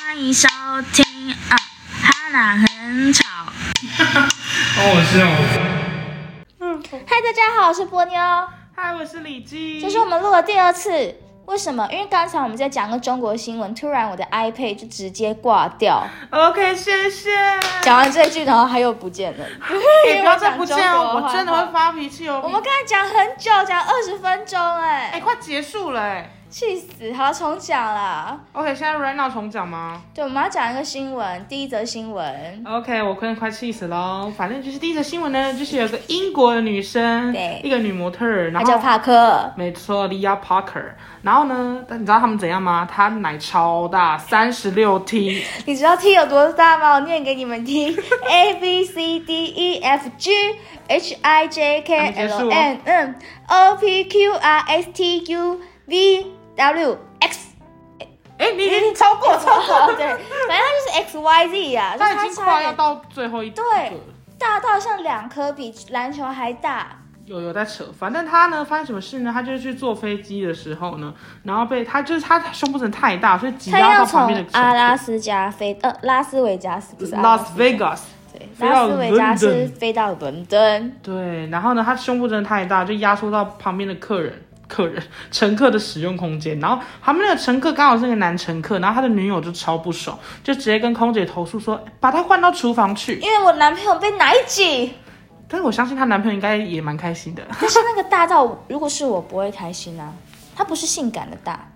欢迎收听啊，哈娜很吵。好好笑。哦嗨，大家好，我是波妞，嗨，我是李记。这是我们录的第二次。为什么？因为刚才我们在讲个中国新闻，突然我的 iPad 就直接挂掉。 OK，谢谢。讲完这句，然后它又不见了。 哎，不要再不见因为哦，讲中国我真的话会。发脾气哦。我们刚才讲很久，讲二十分钟、哎，哎，快结束了哎。气死！好，重讲啦。 OK，现在 right now 重讲吗对，我们要讲一个新闻，第一则新闻。 ？OK，我可能快气死喽。反正就是第一则新闻呢，就是有个英国的女生，对一个女模特儿，然她叫后。帕克，没错，Lia Parker。然后呢，但你知道他们怎样吗？她奶超大，三十六 T。你知道 T 有多大吗？我念给你们 听：A B C D E F G H I J K 还没结 L 束 M N O P Q R S T U V W X。 哦哎，你已经超过，超过。 对，反正它就是 X Y Z 呀、啊，就她是已它经快差要一到最后一对个了大到像两颗比篮球还大。有有在扯，反正他呢，发生什么事呢？他就是去坐飞机的时候呢，然后被他就是他胸部真的太大，所以挤它压要到旁从边的乘客阿拉斯加飞呃拉斯维加斯，不是阿拉 Las 斯 Vegas，对，飞拉到斯维加斯伦敦飞到伦敦。对，然后呢，他胸部真的太大，就压缩到旁边的客人、客人、乘客的使用空间。然后旁边那个乘客刚好是个男乘客，然后他的女友就超不爽，就直接跟空姐投诉说，把他换到厨房去。因为我男朋友被奶挤，但是我相信她男朋友应该也蛮开心的。但是那个大到如果是我不会开心啊，她不是性感的大，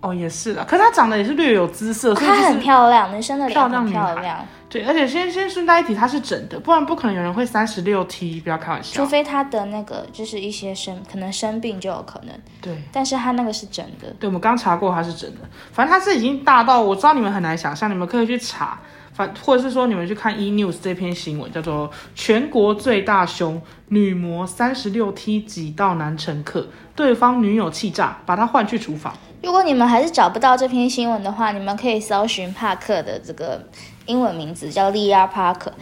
哦，也是啦，可是她长得也是略有姿色，所以就她是很漂亮，女生的漂脸亮很女漂孩亮，对，而且先先顺带一提，它是整的，不然不可能有人会三十六 T，不要开玩除笑。非她的那个就是一些生可能生病就有可能，对，但是她那个是真的。对，我们刚查过它是整的，反正它是已经大到我知道你们很难想象，你们可以去查，反或者是说你们去看 E News 这篇新闻，叫做“全国最大胸女模三十六 T 挤到男乘客，对方女友气炸，把她换去厨房如果你们还是找不到这篇新闻的话，你们可以搜寻帕克的这个英文名字叫利亚帕克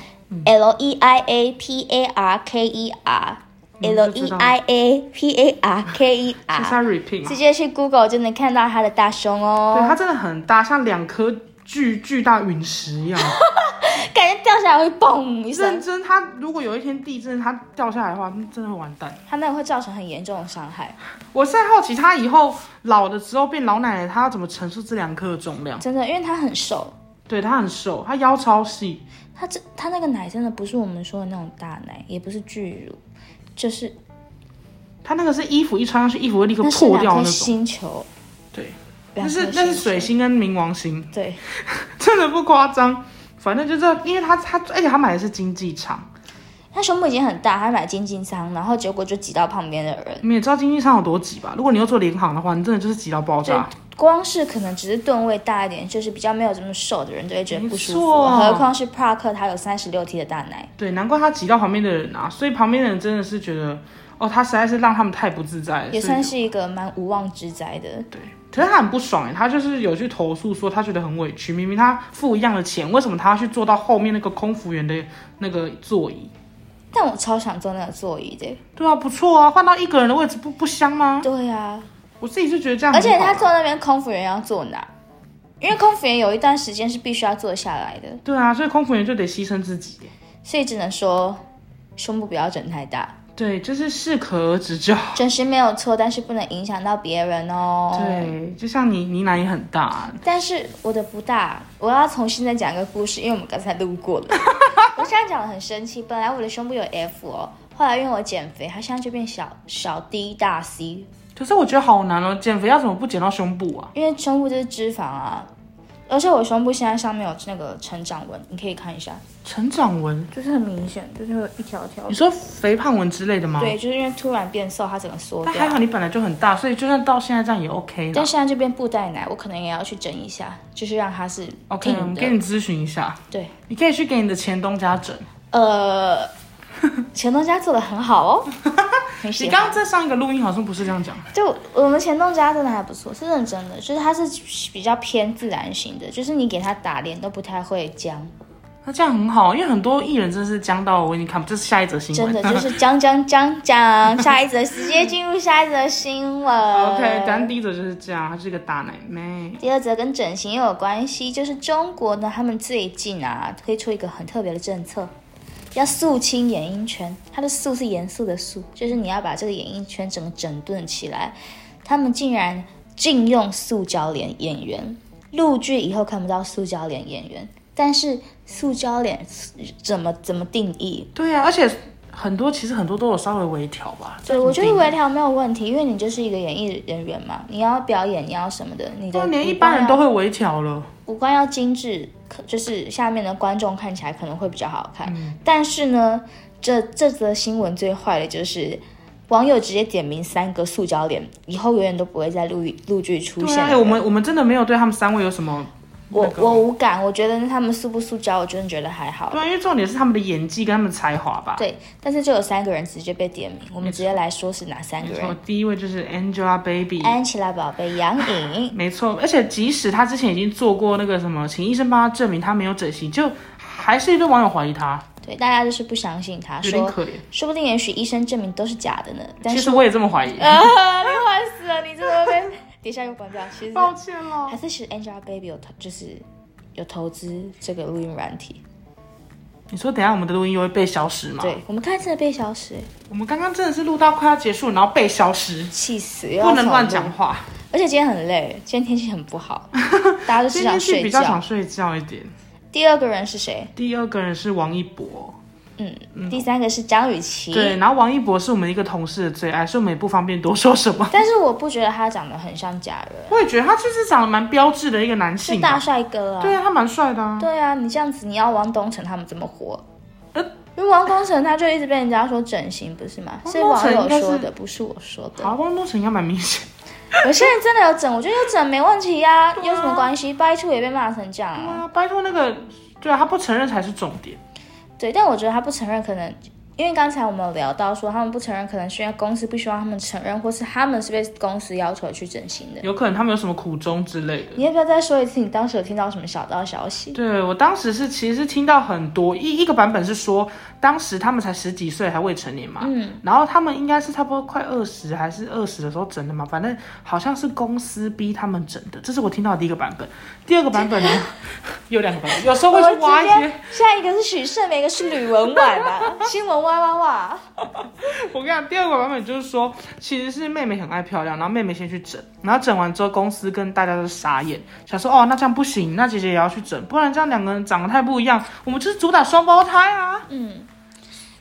，L E I A P A R K E R。嗯 L 就知 E 道 I A P A R K E ”，是她 R， repeat 嘛直？接去 Google 就能看到他的大胸对，哦，它真的很大，像两颗巨巨大陨石一样。感觉掉下来会嘣一认声，真，它如果有一天地震它掉下来的话，那真的会完蛋。他那个会造成很严重的伤害，我是在好奇，她以后老的时候变老奶奶，她要怎么承受这两克的重量？真的，因为他很瘦，对，她很瘦，她腰超细，他这他那个奶真的不是我们说的那种大奶，也不是巨乳，就是她那个是衣服一穿上去，衣服会立刻那是破两掉颗那种。星球，对，两那颗是那是水球，星跟冥王星，对。真的不夸张。反正就这，因为她她，而且她买的是经济舱，他胸部已经很大，他买经济舱，然后结果就挤到旁边的人。你也知道经济舱有多挤吧？如果你又做联航的话，你真的就是挤到爆对炸。，光是可能只是吨位大一点，就是比较没有这么瘦的人就会觉得不舒没服，错何况是帕克他有三十六 T 的大奶。对，难怪她挤到旁边的人啊，所以旁边的人真的是觉得，哦，她实在是让他们太不自在了。也所以算是一个蛮无妄之灾的，对，可是他很不爽哎，他就是有去投诉说他觉得很委屈，明明他付一样的钱，为什么他要去坐到后面那个空服员的那个座椅？但我超想坐那个座椅的。对啊，不错啊，换到一个人的位置不不香吗？对啊，我自己是觉得这样而很好啊，且他坐那边空服员要坐哪？因为空服员有一段时间是必须要坐下来的，对啊，所以空服员就得牺牲自己耶。所以只能说胸部不要整太大，对，就是适可而止就好。整形没有错，但是不能影响到别人哦。对，就像你，你奶也很大啊，但是我的不大，我要重新再讲一个故事，因为我们刚才录 过了。我现在讲的很生气，本来我的胸部有 F 哦，后来因为我减肥，它现在就变小小 D 大 C，可是我觉得好难哦，减肥要怎么不减到胸部啊？因为胸部就是脂肪啊，而且我胸部现在上面有那个成长纹，你可以看一下，成长纹，就是很明显，就是会有一条条你。说肥胖纹之类的吗？对，，就是因为突然变瘦，它整个缩但还好掉。你本来就很大，所以就算到现在这样也 OK 但了。现在就变布袋奶，我可能也要去整一下，就是让它是 OK，我挺们的。哦给你咨询一下。对，你可以去给你的前东家整。呃，前东家做的很好 哦，很喜你欢。刚刚在上一个录音好像不是这样讲，就我们前东家真的还不错，是认真的，就是它是比较偏自然型的，就是你给它打脸都不太会僵，那这样很好，因为很多艺人真的是僵到我已经看不，这是下一则新真闻。的就是讲讲讲讲，下一则直接进入下一则新闻。 OK，咱第一则就是这样，她是一个大奶妹。第二则跟整形也有关系，就是中国呢，他们最近啊推出一个很特别的政策，要肃清演艺圈。它的“肃”是严肃的“肃”，就是你要把这个演艺圈整个整顿起来。他们竟然禁用塑胶脸演员，陆剧以后看不到塑胶脸演员。但是塑胶脸怎么怎么定义？对啊，而且很多其实很多都有稍微微调吧。对，我觉得这很微调没有问题，因为你就是一个演艺人员嘛，你要表演，你要什么的，你定的但连一五官般人要都会微调了。五官要精致，可就是下面的观众看起来可能会比较好看。嗯但是呢，这这则新闻最坏的就是网友直接点名三个塑胶脸，以后永远都不会在陆陆剧出对现啊，了。哎我们我们真的没有对他们三位有什么。我那个我无感，我觉得他们塑不塑胶，我真的觉得还好对。啊，因为重点是他们的演技跟他们的才华吧。对，但是就有三个人直接被点名，我们直接来说是哪三个然后人：哦第一位就是 Angelababy，。安琪拉宝贝、杨颖没错，而且即使她之前已经做过那个什么，请医生帮她证明她没有整形，就还是一堆网友怀疑她，对，大家就是不相信他，有点说可怜。说不定也许医生证明都是假的呢。但其是实我也这么怀疑，啊，你坏死了，你真的会 被底下又关掉。其实抱歉了还。是其实 Angelababy 有投，就是有投资这个录音软体。你说等一下我们的录音又会被消失吗？，对，我们看真的被消失，我们刚刚真的是录到快要结束，然后被消失，气死！不能乱讲。话。而且今天很累，今天天气很不 好，大家都只今想天是睡比较想觉。睡觉一点。第二个人是谁？第二个人是王一博，嗯，第三个是张雨绮。对，然后王一博是我们一个同事的最爱，所以我们也不方便多说什 么。但是我不觉得他长得很像假人，我也觉得他就是长得蛮标致的一个男是性吧，大帅哥啊。对啊，他蛮帅的啊。对啊，你这样子，你要王东城他们怎么活？呃因为王东城他就一直被人家说整形，不是吗？王是东网城友应该说是的，不是我说的。好，汪东城应该蛮明显。有些人真的有整，我觉得有整没问题呀、啊有什么关系？掰出也被骂成这样对啊。啊，拜托那个，对啊，他不承认才是重点。啊对，但我觉得他不承认，可能因为刚才我们有聊到说，他们不承认，可能是因为公司不希望他们承认，或是他们是被公司要求去整形的。有可能他们有什么苦衷之类的。你要不要再说一次你当时有听到什么小道消息？对我当时是其实听到很多一一个版本是说，当时他们才十几岁还未成年嘛，嗯，然后他们应该是差不多快二十还是二十的时候整的嘛，反正好像是公司逼他们整的，这是我听到的第一个版本。第二个版本呢，有两个版本，有时候会我去挖直一接些。下一个是许胜美，一个是吕文婉啊，新闻哇哇哇！我跟你讲，第二个版本就是说，其实是妹妹很爱漂亮，然后妹妹先去整，然后整完之后，公司跟大家都傻眼，想说哦，那这样不行，那姐姐也要去整，不然这样两个人长得太不一样，我们就是主打双胞胎啊。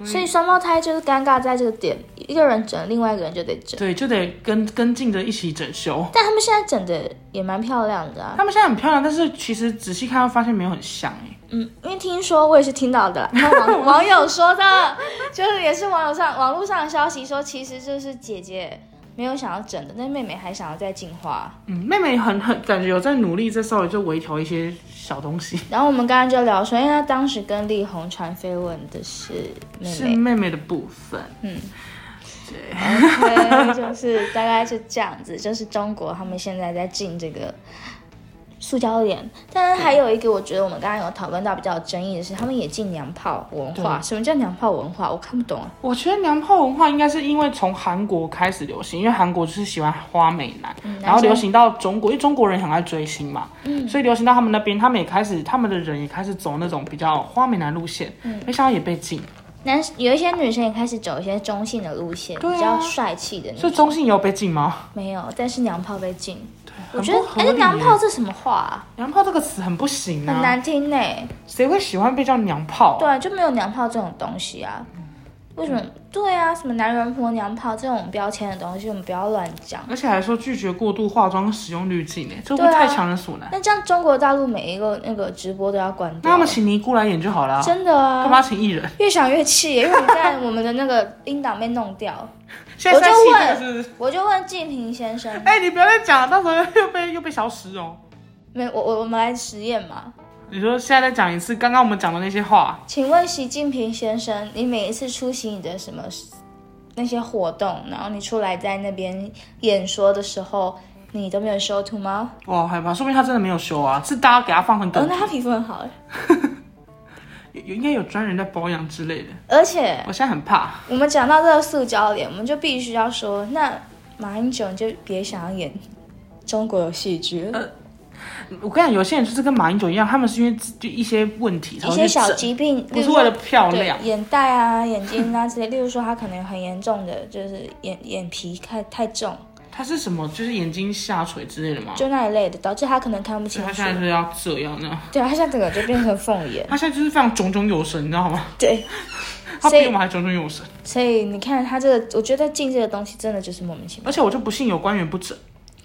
所以双胞胎就是尴尬在这个点，一个人整，另外一个人就得整。对，就得跟跟进着一起整修。但他们现在整的也蛮漂亮的啊。她们现在很漂亮，但是其实仔细看，发现没有很像哎、嗯，因为听说我也是听到的啦，看网网友说的，就是也是网友上网络上的消息说，其实就是姐姐没有想要整的，那妹妹还想要再进化。嗯，妹妹很很感觉有在努力，在稍微就微调一些小东西，然后我们刚刚就聊说，因为她当时跟力宏传绯闻的是妹是妹妹妹的部分。 ，OK，就是大概是这样子，就是中国他们现在在进这个。塑胶脸，但是还有一个，我觉得我们刚刚有讨论到比较有争议的是，他们也进娘炮文化。什么叫娘炮文化？我看不懂啊。我觉得娘炮文化应该是因为从韩国开始流行，因为韩国就是喜欢花美男，嗯然后流行到中国，因为中国人很爱追星嘛，所以流行到他们那边，他们也开始，他们的人也开始走那种比较花美男路线，嗯没想到也被禁，男有一些女生也开始走一些中性的路线，对啊比较帅气的女所以中性也有被禁吗？没有，但是娘炮被禁。我很觉得不，合哎、理耶。娘炮这什么话、啊？娘炮这个词很不行很啊，难听呢、谁会喜欢被叫娘炮、啊？对啊，就没有娘炮这种东西啊。为什么？对啊，什么男人婆、娘炮这种标签的东西，我们不要乱讲。而且还说拒绝过度化妆使用滤镜，哎，这会不对会啊太强人所难？那这样，中国大陆每一个那个直播都要关那掉他们。请尼姑来演就好了啊，真的干啊，嘛请艺人？越想越气耶，因为我们在我们的那个 音档被弄掉。现在在气我就这问个是不是？我就问季平先生，哎、你不要再讲了，到时候又被又被消失哦。没我我我们来实验嘛？你说现在再讲一次刚刚我们讲的那些话，请问习近平先生，你每一次出席你的什么那些活动，然后你出来在那边演说的时候，你都没有修图吗？我好害怕，说不定他真的没有修啊，是大家给他放很哦梗，。那他皮肤很好哎。有应该有专人在保养之类的。而且我现在很怕，我们讲到这个塑胶脸，我们就必须要说，那马英九你就别想要演中国有戏剧，呃我跟你讲，有些人就是跟马英九一样，他们是因为自就一些问题，一些小鸡，疾病，不是为了漂对亮。眼袋啊、眼睛啊之类。例如说，他可能有很严重的，就是眼眼皮太太重，他是什么？就是眼睛下垂之类的吗？就那一类的，导致他可能看不所清以他楚现。在是要这样呢？对，啊他现在整个就变成凤眼。他现在就是非常炯炯有神，你知道吗？ 对，他比所以我们还炯炯有神。所以你看他这个，我觉得进这个东西真的就是莫名其妙。而且我就不信有官员不整，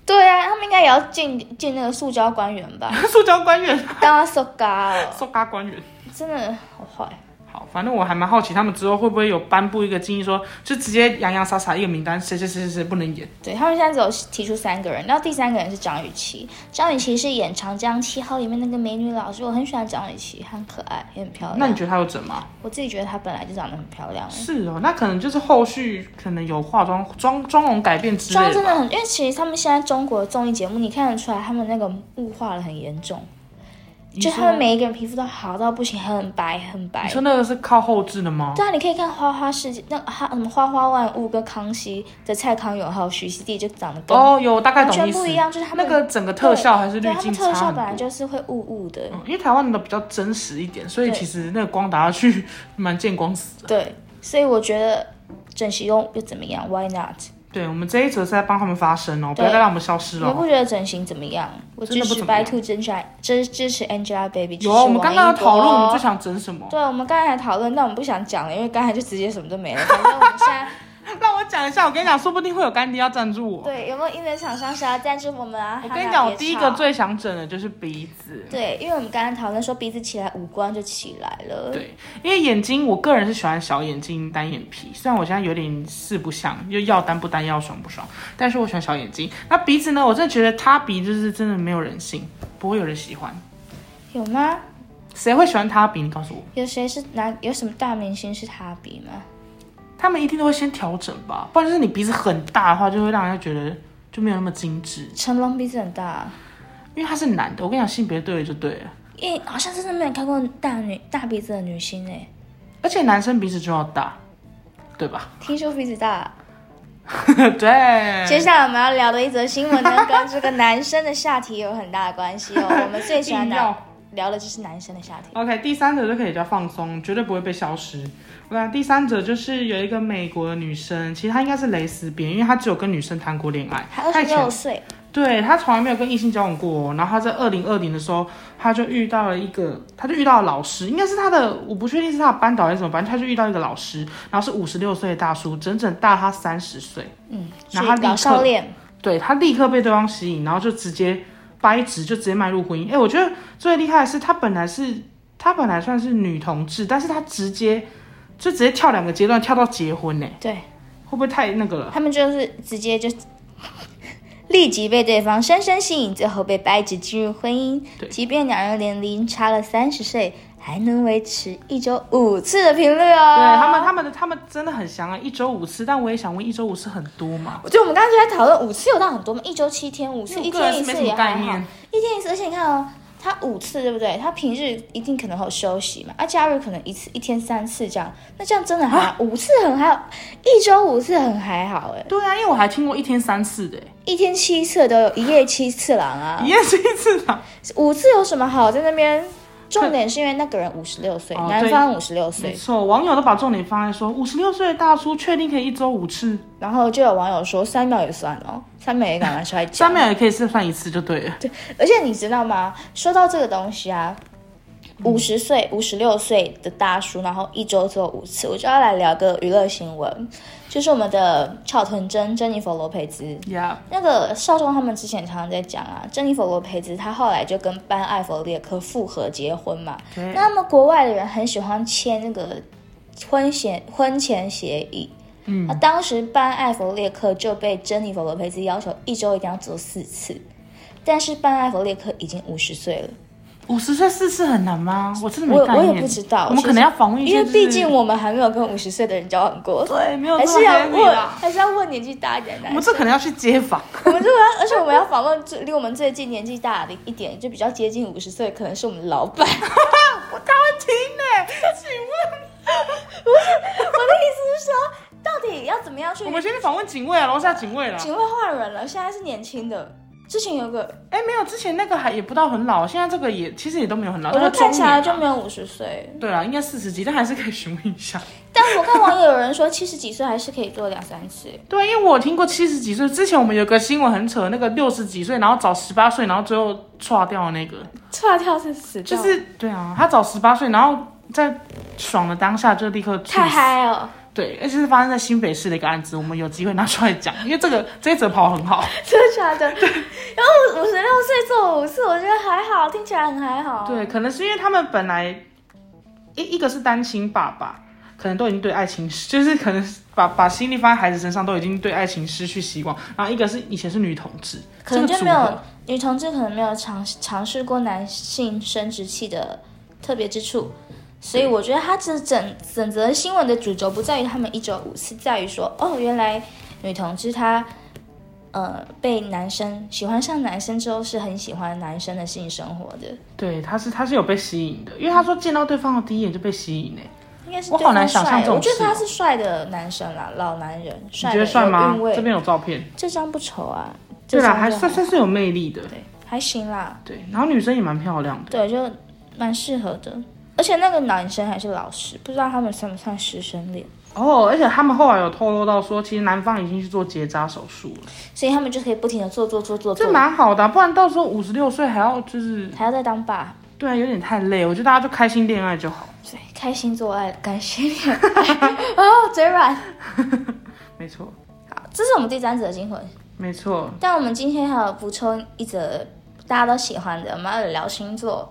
对啊，他们应该也要进进那个塑胶官员吧？ 塑胶官员、 当然塑胶哦，塑胶官员。真的好坏。好，反正我还蛮好奇，他们之后会不会有颁布一个建议说，就直接洋洋洒洒一个名单，谁谁谁谁谁不能演？对他们现在只有提出三个人，然后第三个人是张雨绮。张雨绮是演《长江七号》里面那个美女老师，我很喜欢张雨绮，她很可爱，也很漂亮。那你觉得他有整吗？我自己觉得她本来就长得很漂亮。欸是哦，那可能就是后续可能有化妆妆 妆容改变之类妆的真的吧。很，因为其实他们现在中国的综艺节目，你看得出来他们那个雾化的很严重，你就说他们每一个人皮肤都好到不行，很白很你白。说那个是靠后置的吗？对啊，你可以看《花花世界》那哈什么《花花万物》跟康熙的蔡康永还有徐熙娣就长得跟哦，有大概完懂全意思。不一样，就是他们那个整个特效还是对滤他镜们差特效很本来多。就是会雾雾的，嗯因为台湾的比较真实一点，所以对其实那个光打下去蛮见光死的。对，所以我觉得整形又又怎么样？Why not？对我们这一则是在帮他们发声哦，不要对再让我们消失你了们哦。不觉得整形怎么样？我真支的不持怎么样 By Two，支持支支持 Angelababy，支持有啊，我们王刚刚有一讨论博我们最想整什么， 对，啊我们刚才讨论，但我们不想讲了，因为刚才就直接什么都没了。反正我们现在让我讲一下。我跟你讲，说不定会有干爹要赞助我。对有没有音乐厂商想要赞助我们啊？我哈跟你娜讲，我别第一吵个最想整的就是鼻子。对，因为我们刚才讨论说鼻子起来，五官就起来了。对，因为眼睛，我个人是喜欢小眼睛单眼皮，虽然我现在有点四不像，就要单不单，要爽不爽，但是我喜欢小眼睛。那鼻子呢？我真的觉得塌鼻就是真的没有人性，不会有人喜欢。有吗？谁会喜欢塌鼻？你告诉我，有谁是哪有什么大明星是塌鼻吗？他们一定都会先调整吧，不然就是你鼻子很大的话，就会让人家觉得就没有那么精致，成龙鼻子很大，因为他是男的。我跟你讲，性别对了就对了，因为好像真的没有看过大女大鼻子的女星哎、而且男生鼻子就要大，对吧？ 听说鼻子大。对。接下来我们要聊的一则新闻呢，跟这个男生的下体有很大的关 系哦。我们最喜欢硬聊要聊的就是男生的下体。 OK，第三者就可以叫放松，绝对不会被消失。我看第三者就是有一个美国的女生，其实她应该是蕾丝边，因为她只有跟女生谈过恋爱。他二她以十六前岁，对她从来没有跟异性交往过、哦然后她在二零二零的时候，她就遇到了一个，她就遇到了老师，应该是她的，我不确定是她的班导还是什么，反正她就遇到一个老师，然后是五十六岁的大叔，整整大她三十岁。嗯，然然后后他立刻老少恋，对他立刻被对方吸引，然后就直接掰直，就直接迈入婚姻。哎，我觉得最厉害的是他本来是他本来算是女同志，但是他直接就直接跳两个阶段，跳到结婚呢，对会不会太那个了？他们就是直接就 立即被对方深深吸引，最后被掰直进入婚姻。对即便两人年龄差了三十岁，还能维持一周五次的频率哦。对他们，他们的他们真的很相爱，一周五次。但我也想问，一周五次很多吗？我觉得我们刚刚就在讨论五次有到很多吗？一周七天，五次因为一我个人天一是没次什也么概还好念，一天一次。而且你看哦，他五次对不对？他平日一定可能会有休息嘛，啊，假日可能一次一天三次这样，那这样真的还好，五次很还好，一周五次很还好哎，对啊，因为我还听过一天三次的，欸一天七次都有，一夜七次郎啊一，夜是一次啊。五次有什么好在那边？重点是因为那个人五十六岁，哦男 对嗯方五十六没岁，错，网友都把重点放在说，五十六岁的大叔确定可以一周五次，然后就有网友说三秒也算哦，三秒也敢拿出来讲，三秒也可以是算一次就对了。而且你知道吗？说到这个东西啊，五十岁、五十六岁的大叔，然后一周做五次，我就要来聊个娱乐新闻，就是我们的翘臀珍珍妮佛罗培兹。 Yeah，那个少壮他们之前常常在讲啊，珍妮佛罗培兹她后来就跟班艾弗列克复合结婚嘛。对那么国外的人很喜欢签那个婚前婚前协议，嗯那当时班艾弗列克就被珍妮佛罗培兹要求一周一定要做四次，但是班艾弗列克已经五十岁了，五十岁四次很难吗？我真的我没概我念。也不知道，我们可能要访问一因些、为就是，毕竟我们还没有跟五十岁的人交往过，对没有还这么是要 heavy 问，啦。还是要问年纪大一点的我男们生。这可能要去街访， 我们这个要，而且我们要访问最离我们最近年 纪大的一点，就比较接近五十岁，可能是我们老板。我他会听呢、们要去我们先去访问警卫啊，楼下警卫啦。警卫换人了，现在是年轻的。之前有个，哎，没有，之前那个还也不到很老，现在这个也其实也都没有很老，我那就个看中起来年就啊没有五十岁，对啊啦，应该四十几，但还是可以询问一下。但我看网友有人说七十几岁还是可以做两三次。对，啊因为我有听过七十几岁，之前我们有个新闻很扯，那个六十几岁，然后找十八岁，然后最后刷掉的那个，跳跳是死掉，就是对啊，他找十八岁，然后在爽的当下就立刻猝太死嗨了，对，而且是发生在新北市的一个案子，我们有机会拿出来讲，因为这个这一则跑很好。真的假的？然后五十六岁做五次，我觉得还好，听起来很还好。对，可能是因为他们本来一一个是单亲爸爸，可能都已经对爱情失，就是可能把把心力放在孩子身上，都已经对爱情失去希望。然后一个是以前是女同志，可能这个就组没有合女同志，可能没有尝尝试过男性生殖器的特别之处，所以我觉得它这整整则新闻的主轴不在于他们一周五次，在于说哦，原来女同志她呃被男生喜欢上男生之后是很喜欢男生的性生活的，对，他是他是有被吸引的，因为他说见到对方的第一眼就被吸引欸诶。应该是我对方好难想象帅这种我觉得事哦他是帅的男生啦，老男人，你帅觉的得帅有吗韵？味这边有照片。这张不丑啊，对这啦，张还就算好算是有魅力的。对，还行啦。对，然后女生也蛮漂亮的。对，就蛮适合的。而且那个男生还是老师，不知道他们算不算师生恋，哦，而且他们后来有透露到说，其实男方已经去做结扎手术了，所以他们就可以不停的做做做做这做，蛮好的啊、不然到时候五十六岁还要就是，还要再当爸，对啊，有点太累。我觉得大家就开心恋爱就好。对，开心做爱，感谢你， 哦，嘴软。没错，好，这是我们第三则惊魂，没错，但我们今天还有补充一则大家都喜欢的，我们要聊星座。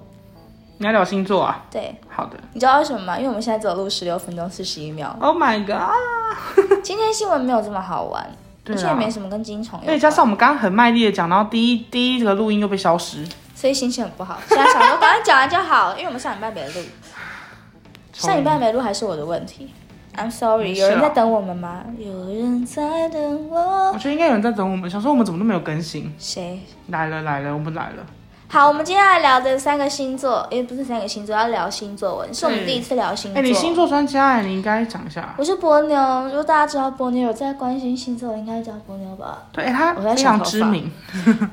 你要聊星座啊？对，好的。你知道为什么吗？因为我们现在只有录十六分钟四十一秒。 Oh my god！今天新闻没有这么好玩，对而啊且也没什么跟金虫有而且关，加上我们刚刚很卖力的讲，然后第一第一个录音又被消失，所以心情很不好。现在想说，赶快讲完就好，因为我们上礼拜没录。上礼拜没录还是我的问题，I'm sorry。没事有啊人在等我们吗？有人在等我我。觉得应该有人在等我们，想说我们怎么都没有更新。谁？来了来了，我们来了。好，我们今天来聊的三个星座，诶，不是三个星座，要聊星座文，是我们对第一次聊星哎、座。你星？座专家哎、你应该讲一下。我是波妞，如果大家知道波妞有在关心星座，应该知道波妞 吧？对，哎他我在非想常头知发名。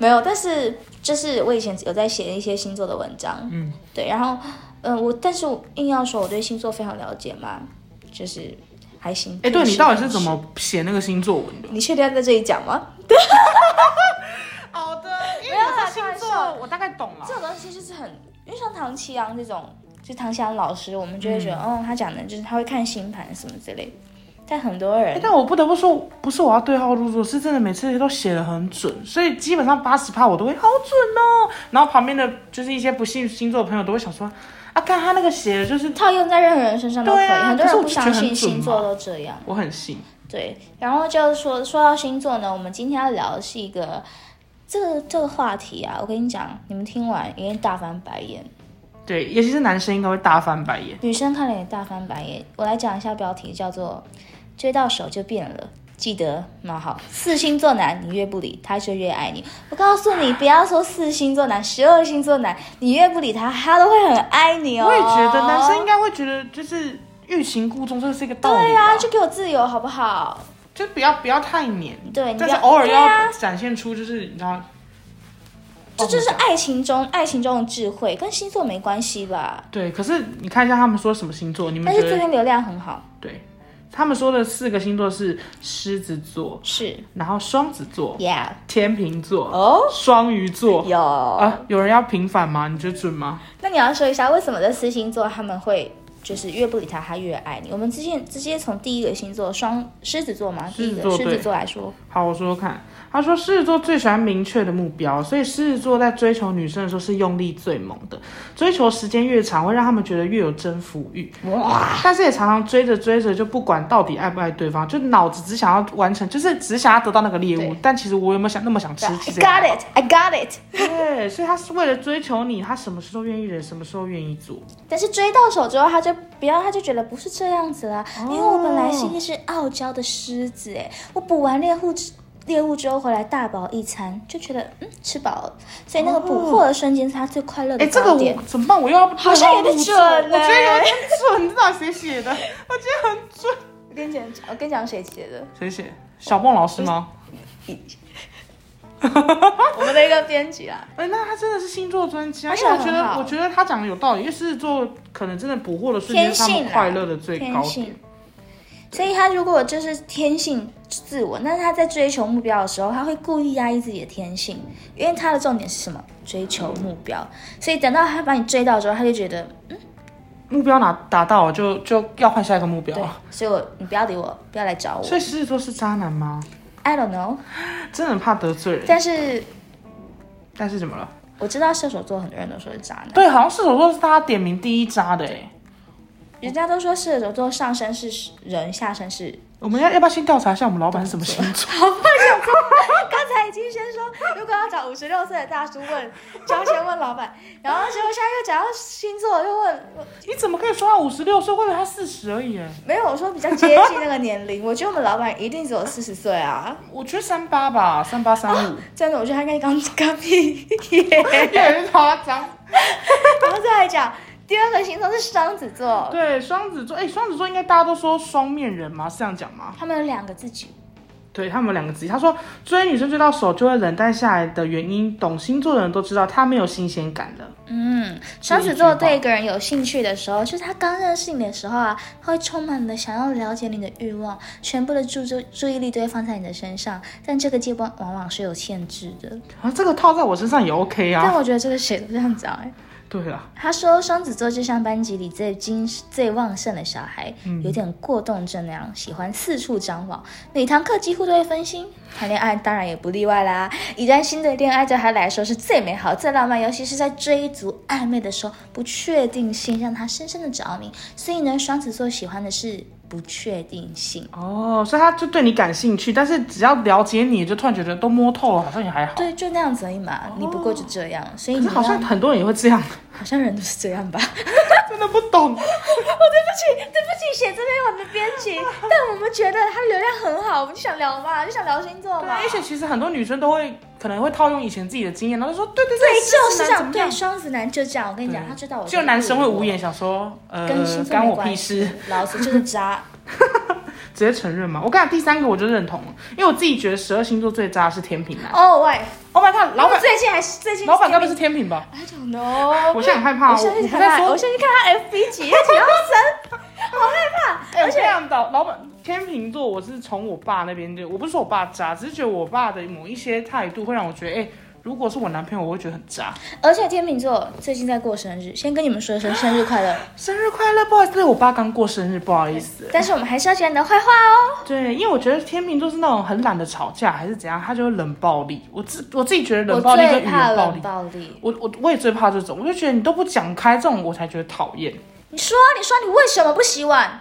没有，但是就是我以前有在写一些星座的文章，嗯，对，然后，嗯、我但是我硬要说我对星座非常了解嘛，就是还行。哎、对平你时到底平是怎时？么写那个星座文的？你确定要在这里讲吗？好的，因没有啦开玩笑我大概懂了这种东西就是很，因为像唐奇阳这种，就唐奇阳老师，我们就会觉得，嗯哦，他讲的就是他会看星盘什么之类的。但很多哎人，但我不得不说，不是我要对号入座，是真的每次都写的很准，所以基本上八十趴我都会好准哦。然后旁边的就是一些不信星座的朋友都会想说，啊，看他那个写的就是套用在任何人身上都可以，对啊很多可人是我不就觉得相很信准星座嘛都这样。我很信。对，然后就是说说到星座呢，我们今天要聊的是一个这个这个话题啊，我跟你讲，你们听完一定大翻白眼，对，尤其是男生应该会大翻白眼。女生看了也大翻白眼。我来讲一下标题，叫做“追到手就变了”。记得冒号四星座男，你越不理他就越爱你。我告诉你，不要说四星座男，十二星座男，你越不理他，他都会很爱你哦。我也觉得男生应该会觉得就是欲擒故纵，这是一个道理、啊对呀、就给我自由好不好？就不要不要太黏，对你不但要是偶尔对啊要展现出就是你知道，这哦就是爱情中爱情中的智慧，跟星座没关系吧？对。可是你看一下他们说什么星座，你们但觉是这得篇流量很好，对？他们说的四个星座是狮子座，是然后双子座、 ，Yeah，天秤座、哦双鱼座。有啊，有人要平反吗？你觉得准吗？那你要说一下，为什么这四星座他们会就是越不理他，他越爱你？我们之前直接从第一个星座双狮子座嘛，第狮一子个座狮子座来说，好，我说说看。他说狮子座最喜欢明确的目标，所以狮子座在追求女生的时候是用力最猛的，追求时间越长，会让他们觉得越有征服欲。但是也常常追着追着就不管到底爱不爱对方，就脑子只想要完成，就是只想要得到那个猎物对。但其实我有没有想那么想吃对？啊，I 其实也还 got 好 it, I got it。对，所以他是为了追求你，他什么时候愿意忍，什么时候愿意做。但是追到手之后，他就不要，他就觉得不是这样子啦。因为我本来是一个是傲娇的狮子，哎，我捕完猎户之猎物之后回来大饱一餐，就觉得嗯吃饱了，所以那个捕获的瞬间是他最快乐哎、的这个高点。我怎么办？我又要好像有点对准号入座我觉得欸有点准，你知道谁写的？我觉得很准。我跟你讲，我跟你讲谁写的？谁写？小梦老 师吗？我们的一个编辑啊，哎、那他真的是星座专家，而因且为我觉很得，好我觉得他讲的有道理，因为狮子座可能真的捕获的瞬间是他天们性啊快乐的最天高点性。。啊所以他如果就是天性自我，那他在追求目标的时候，他会故意压抑自己的天性，因为他的重点是什么？追求目标。所以等到他把你追到之后，他就觉得目标拿达到了就就要换下一个目标对。，所以我你不要理我，不要来找我。所以狮子座是渣男吗？ I don't know，真的很怕得罪人。但是但是怎么了？我知道射手座很多人都说是渣男，对，好像射手座是大家点名第一渣的哎。人家都说射手座上身是人，下身是……我们要要不要先调查一下我们老板是什么星座？刚才已经先说，如果要找五十六岁的大叔问，就要先问老板，然后结果现在又讲到星座，又问你怎么可以说他五十六岁？或者他四十而已哎。没有，我说比较接近那个年龄，我觉得我们老板一定只有四十岁啊！ 我觉得三八吧，三八三 五，真的，我觉得他应该刚刚毕业。越来越夸张。然后再来讲第二个星座是双子座，对，双子座，哎、双子座应该大家都说双面人吗？是这样讲吗？他们有两个自己，对他们有两个字，他说追女生追到手就会冷淡下来的原因，懂星座的人都知道，他没有新鲜感了。嗯，双子座对一个人有兴趣的时候，就是他刚认识你的时候啊，他会充满了想要了解你的欲望，全部的注注注意力都会放在你的身上，但这个阶段往往是有限制的。啊，这个套在我身上也 OK 但啊。我觉得这个谁都这样讲哎、对了，他说双子座就像班级里最精最旺盛的小孩，嗯有点过动症那样，喜欢四处张望，每堂课几乎都会分心。谈恋爱当然也不例外啦。一段新的恋爱对他来说是最美好、最浪漫，尤其是在追逐暧昧的时候，不确定性让他深深的着迷。所以呢，双子座喜欢的是不确定性。哦，所以他就对你感兴趣，但是只要了解你，就突然觉得都摸透了，好像也还好。对，就那样子而已嘛，你不过就这样，所以可你是好像要很多人也会这样，好像人都是这样吧。 真的不懂。对不起，对不起，写这篇文的编 辑，但我们觉得它流量很好，我们就想聊嘛，就想聊星座对嘛啊，。而且其实很多女生都会可能会套用以前自己的经验，然后就说对对对，对，就是这这样，样，对，双子男就这样。我跟你讲，对他知道我就男生会无言，，想说呃跟星，座干没我屁关事系。，老子就是 渣。直接承认嘛。我跟你讲，第三个我就认同了，因为我自己觉得十二星座最渣的是天平男。哦喂， Oh my god，老他们板，最近还是最近老板该不会是天平吧？ ？I don't know。我现在很害怕，我我现在我去不看再他，说我。现在去看他 FB 几月几号生，好害怕。 而哎我这且样的老板，天秤座我是从我爸那边就，我不是说我爸渣，只是觉得我爸的某一些态度会让我觉得，哎、如果是我男朋友，我会觉得很渣。而且天秤座最近在过生日，先跟你们说一声生日快乐。生日快乐，不好意思，我爸刚过生日，不好意思。但是我们还是要讲你的坏话哦。对，因为我觉得天秤座是那种很懒得吵架，还是怎样，他就会冷暴力。我自我自己觉我得冷暴力跟最语怕言暴冷力，暴力。我我我也最怕这种，我就觉得你都不讲开，这种我才觉得讨厌。 你说，你说，你为什么不洗碗？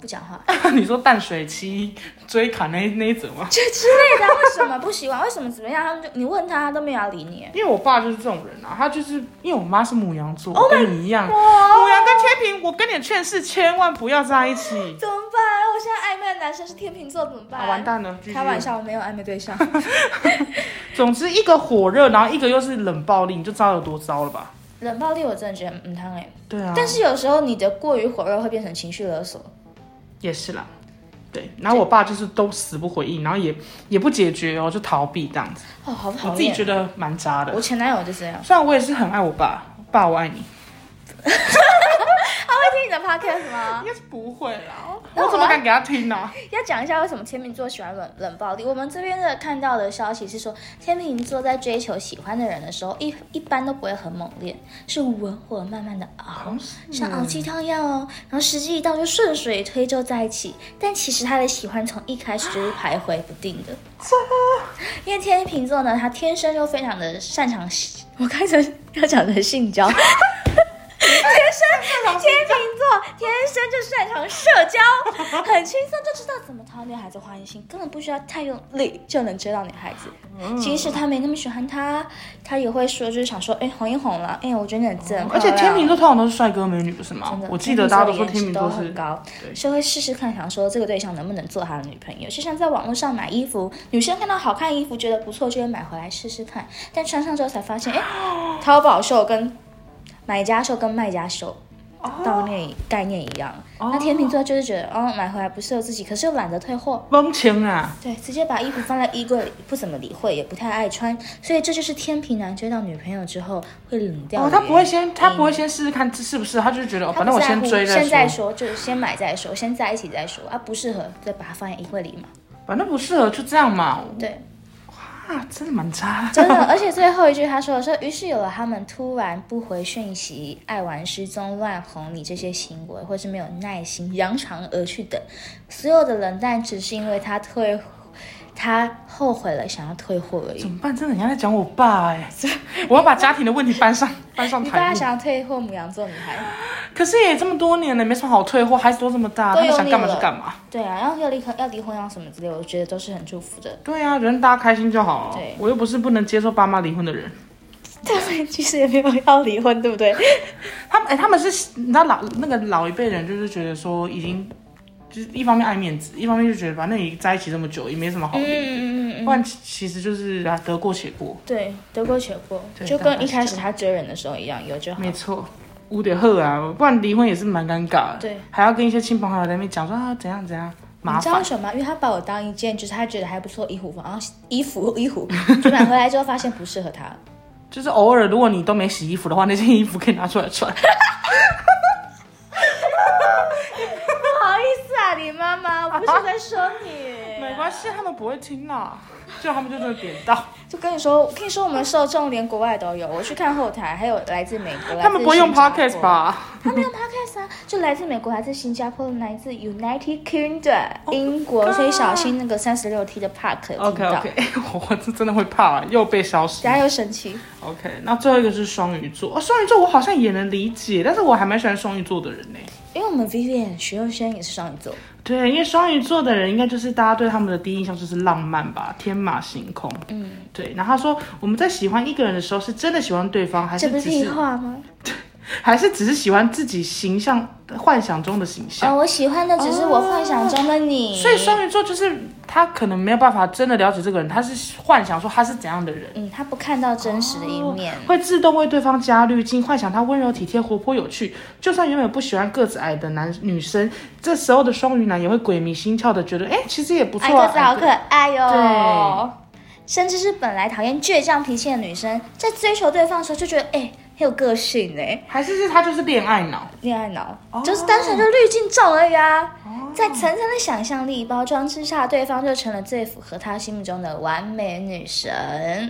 不讲 话，你说淡水期追卡那那一则吗？ 就之类的。为什么不洗碗？为什么怎么样？他们就你问他，他都没有要理你。因为我爸就是这种人啊，他就是因为我妈是母羊座，Oh 我跟你一样，母羊跟天平，我跟你劝是千万不要在一 起。怎么办？我现在暧昧的男生是天秤座，怎么办？啊、完蛋了！继续开玩。笑，我没有暧昧对 象。总之，一个火热，然后一个又是冷暴力，你就知道有多糟了吧？冷暴力我真的觉得嗯汤哎、对啊，但是有时候你的过于火热会变成情绪勒索。也是啦，对。然后我爸就是都死不回应，然后也也不解决哦，就逃避这样子。哦，好不我好？自己觉得蛮渣的我。前男友就这样。虽然我也是很爱我爸，爸我爱你，他会听你的 podcast 吗应？该是不会啦。哦那我我怎么敢给他听呢、要讲一下为什么天秤座喜欢冷冷暴力。我们这边的看到的消息是说，天秤座在追求喜欢的人的时候，一一般都不会很猛烈，是文火慢慢的熬，像啊嗯熬鸡汤一样哦。然后时机一到就顺水推舟在一起，但其实他的喜欢从一开始就是徘徊不定 的。因为天秤座呢，他天生就非常的擅长性，我开始要讲成性交。天生天秤座天生就擅长社交，很轻松就知道怎么讨女孩子欢心，根本不需要太用力就能追到女孩子。嗯即使他没那么喜欢她，他也会说，就是想说，哎，哄一哄啦，哎，我觉得你很正。嗯而且漂亮天秤座通常都是帅哥美女，不是吗真的？我记得大家都说嗯天秤秤座座颜值都是很高，对就会试试看，想说这个对象能不能做他的女朋友。就像在网络上买衣服，女生看到好看衣服觉得不错，就会买回来试试看， 但穿上之后才发现，哎，淘宝秀跟买家秀跟卖家秀悼念概念一样。那天秤座就是觉得，哦，买回来不适合自己，可是又懒得退货，崩情啊！对，直接把衣服放在衣柜里，不怎么理会，也不太爱穿，所以这就是天平男追到女朋友之后会冷掉的原因。哦，他不会先，他不会先试试看是不是，他就是觉得，哦，他反不正我在先乎追再先再说，说，就是先买再说，先在一起再说啊，不适合再把它放在衣柜里嘛。反正不适合就这样嘛。 对，啊，真的蛮差真的，而且最后一句他说的说，于是有了他们突然不回讯息、爱玩失踪、乱哄你这些行为，或是没有耐心、扬长而去等，所有的冷淡只是因为他退，他后悔了，想要退货而怎已。么办？真的，人家在讲我爸 哎、我要把家庭的问题搬上搬上你爸台面。想要退货，母羊座女孩。可是也这么多年了，没什么好退货，孩子都这么大，都他有们想干嘛你就了干嘛。对啊，然后要离婚、要离婚要什么之类，我觉得都是很祝福的。对啊，人大家开心就好了对。我又不是不能接受爸妈离婚的人。 他们其实也没有要离婚，对不对？他们哎、他们是你知道老那个老一辈人就是觉得说已经。就是一方面爱面子，一方面就觉得反正也在一起这么久，也没什么好嗯离，嗯嗯嗯不嗯，然其其实就是啊得过且过，对，得过且过，对就大概跟一是开这始他追人的时候一样，有就好没。错，五点后啊，不然离婚也是蛮尴尬的，对，还要跟一些亲朋好友在那边讲说啊怎样怎样，麻你知道烦为，什么吗？因为他把我当一件就是他觉得还不错的衣服，然后衣服衣服就买回来之后发现不适合他，就是偶尔如果你都没洗衣服的话，那件衣服可以拿出来穿，不好意思啊，你妈妈，我不是在说 你，没关系，他们不会听啦，就他们就真的点 到，就跟你说，我跟你说我们受众连国外都有，我去看后台，还有来自美国，他们不会用来自新加 podcast 坡？吧？他们用 podcast 啊，就来自美国，来自新加坡，来自 United Kingdom 英国，所以小心那个三十六 T 的 Park 有 OK 听到， OK，我 我是真的会怕、又被消失大。家又生气。 OK，那最后一个是双鱼座，哦，双鱼座我好像也能理解，但是我还蛮喜欢双鱼座的人呢。因为我们 Vivian 徐若瑄也是双鱼座，对，因为双鱼座的人应该就是大家对他们的第一印象就是浪漫吧，天马行空。嗯，对。然后他说，我们在喜欢一个人的时候，是真的喜欢对方，还这是不啊只是屁是话吗？还是只是喜欢自己形象幻想哦中的形象？啊，我喜欢的只是我幻想中的你。所以，双鱼座就是他可能没有办法真的了解这个人，他是幻想说他是怎样的人，嗯，他不看到真实的一面。会自动为对方加滤镜，幻想他温柔体贴、活泼有趣。就算原本不喜欢个子矮的男女生，这时候的双鱼男也会鬼迷心窍的觉得，哎、其实也不哎，错、个啊。子好可爱哟、对甚至是本来讨厌倔强脾气的女生，在追求对方的时候就觉得，哎、很有个性哎、还是是他就是恋爱脑，恋爱脑，就是单纯就滤镜重而已啊。在层层的想象力包装之下，对方就成了最符合他心目中的完美女神。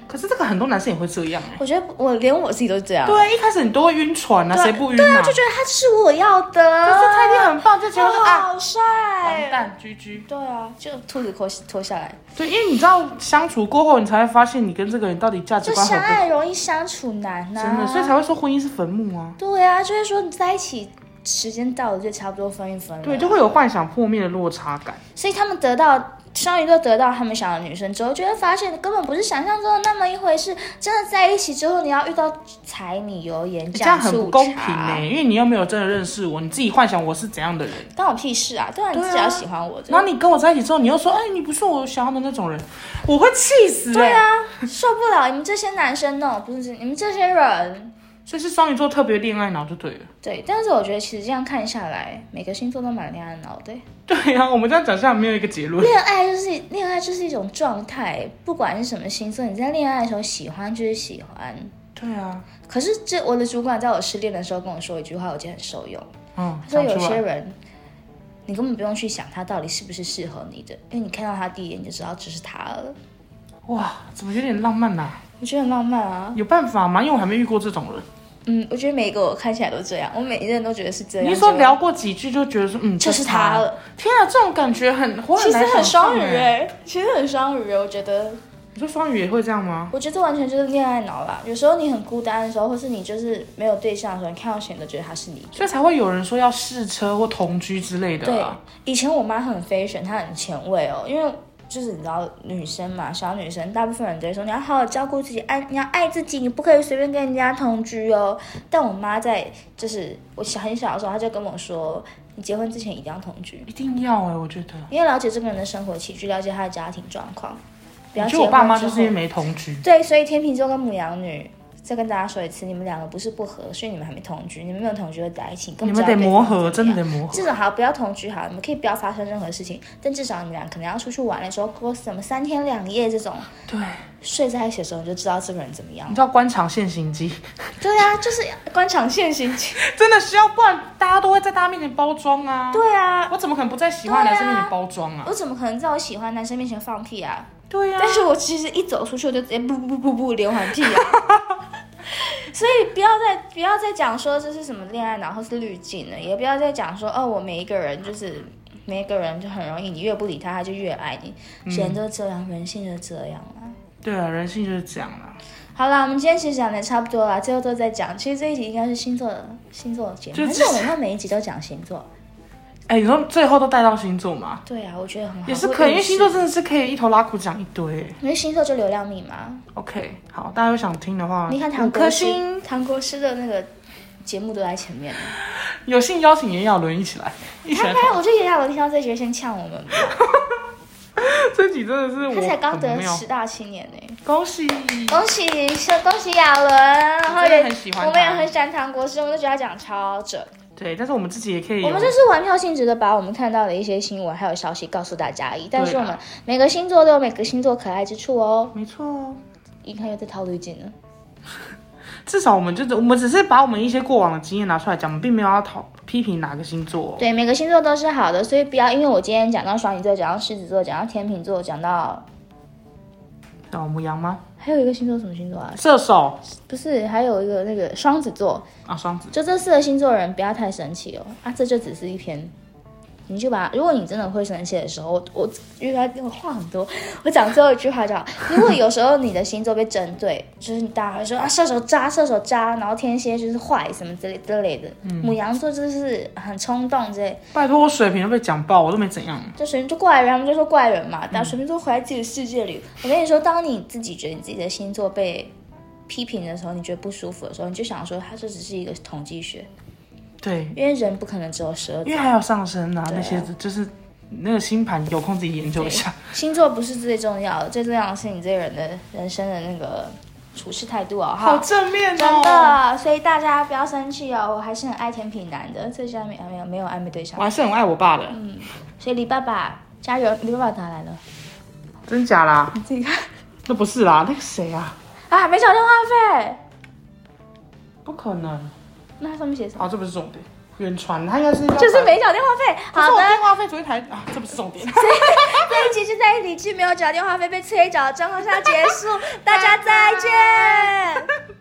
可是这个很多男生也会这样哎、我觉得我连我自己都这样，对，一开始你都会晕船啊，谁不晕对啊，啊？就觉得哦他是我要的，可是他一定很棒，就结他果就啊，好帅，完蛋，居居。对啊，就兔子脱脱下来，对，因为你知道相处过后，你才会发现你跟这个人到底价值就观合相不合。爱容易相处难呐、真的，所以才会说婚姻是坟墓啊。对啊，就是说你在一起时间到了就差不多分一分了，对，就会有幻想破灭的落差感。所以他们得到双鱼座得到他们想要的女生之后，就会发现根本不是想象中的那么一回事。真的在一起之后，你要遇到柴米油盐这酱样很醋不茶，公平欸呢、因为你又没有真的认识我，你自己幻想我是怎样的人，关我屁事啊！对啊，你自己要喜欢我的。然后你跟我在一起之后，你又说，哎、你不是我想要的那种人，我会气死、欸。对，啊，受不了你们这些男生哦，不是你们这些人。所以是双鱼座特别恋爱脑就对了。对，但是我觉得其实这样看下来，每个星座都蛮恋爱脑的。对啊，我们这样讲下来没有一个结论。恋爱就是恋爱，就是一种状态，不管是什么星座，你在恋爱的时候喜欢就是喜欢。对啊，可是这我的主管在我失恋的时候跟我说一句话，我觉得很受用。嗯，所以讲有出来些人，你根本不用去想他到底是不是适合你的，因为你看到他第一眼就知道这是他了。哇，怎么有点浪漫呐、我觉得很浪漫啊，有办法吗？因为我还没遇过这种人。嗯，我觉得每一个我看起来都这样，我每一任都觉得是这样。你一说啊就聊过几句就觉得说，嗯，这是他了。天啊，这种感觉很，我其实难很想象双鱼欸。哎、其实很双鱼欸，我觉得，你说双鱼也会这样吗？我觉得这完全就是恋爱脑啦。有时候你很孤单的时候，或是你就是没有对象的时候，你看到谁都觉得他是你的。所以才会有人说要试车或同居之类的对啊。，以前我妈很 fashion，她很前卫哦，因为就是你知道女生嘛，小女生，大部分人都会说你要好好照顾自己，爱你要爱自己，你不可以随便跟人家同居哦。但我妈在就是我小很小的时候，她就跟我说，你结婚之前一定要同居，一定要哎、我觉得。你要了解这个人的生活起居，了解他的家庭状况，不要我结觉婚得我爸妈之就是后因为没同居，对，所以天秤座跟母羊女再跟大家说一次，你们两个不是不合，所以你们还没同居，你们没有同居会在一起，根本你不们知道得对磨方怎合，么真样的得磨合。至少好不要同居好，你们可以不要发生任何事情，但至少你们俩可能要出去玩的时候，过什么三天两夜这种对，嗯睡在一起的时候，你就知道这个人怎么样你。知道官场现行机， 对啊，就是官场现行记。真的需要，不然大家都会在大家面前包装啊。，对啊，我怎么可能不在喜欢的男生对啊面前包装啊我？怎么可能在我喜欢的男生面前放屁啊？对呀、但是我其实一走出去，我就直接不不不不连环屁啊。 所以不要再不要再讲说这是什么恋爱脑或是滤镜了，也不要再讲说哦，我每一个人就是每一个人就很容易，你越不理他，他就越爱你。人都这样，人性就这样啊。对啊，人性就是这样啦。好啦，我们今天其实讲的差不多了，最后都在讲。其实这一集应该是星座的星座的节目，就但是是我们以后每一集都讲星座。哎、你说最后都带到星座嘛，对啊，我觉得很好，也是可以，因为星座是，真的是可以一头拉苦讲一堆、因为星座就流量密码。 OK，好，大家有想听的话，你看五唐颗国师，星，唐国师的那个节目都在前面。有幸邀请炎亚纶一起来， 一起 他来他，讨。我觉得炎亚纶听到这集会先呛我们吧，这集真的是我他才刚很得妙十大青年呢、恭喜！恭喜恭喜亚纶，然后真也的很喜欢他我们也很喜欢唐国师，我们都觉得他讲得超准。对，但是我们自己也可以有，我们就是玩票性质的，把我们看到的一些新闻还有消息告诉大家而已。但是我啊们每个星座都有每个星座可爱之处哦。没错哦。一看又在套滤镜了，至少我们就是，我们只是把我们一些过往的经验拿出来讲，我们并没有要讨批评哪个星座、哦。对，每个星座都是好的，所以不要因为我今天讲到双鱼座，讲到狮子座，讲到天秤座，讲到小母羊吗？还有一个星座什么星座啊？射手不是，还有一个那个双子座，啊，双子。就这四个星座人不要太生气哦。啊，这就只是一篇，你就把，如果你真的会生气的时候，我我因为他我话很多， 我讲最后一句话就好。如果有时候你的星座被针对，就是大家会说啊射手渣，射手渣，然后天蝎就是坏什么之类之类的，母羊座就是很冲动之类，拜托，我水瓶都被讲爆，我都没怎样。就随便就怪人，他们就说怪人嘛，但随便都活在自己的世界里。我跟你说，当你自己觉得你自己的星座被。批评的时候，你觉得不舒服的时候，你就想说，它这只是一个统计学，对，因为人不可能只有十二因为还有上升啊，那些就是那个星盘，有空自己研究一下。星座不是最重要的，最重要的是你这个人的人生的那个处事态度啊、好哈。正面哦，真的，啊所以大家不要生气哦，我还是很爱甜品男的，这下面没有没有暧昧对象我，还是很爱我爸的，嗯所以李爸爸加油，李爸爸哪来了？真假啦？你自己看，那不是啦，那个谁啊？啊，没缴电话费，不可能！那它上面写什么？哦，这不是重点，远传他应该是就是没缴电话费。可是好我的，电话费昨天台啊，这不是重点。这一集就在 李志没有缴电话费被催缴的状况下结束，大家再见。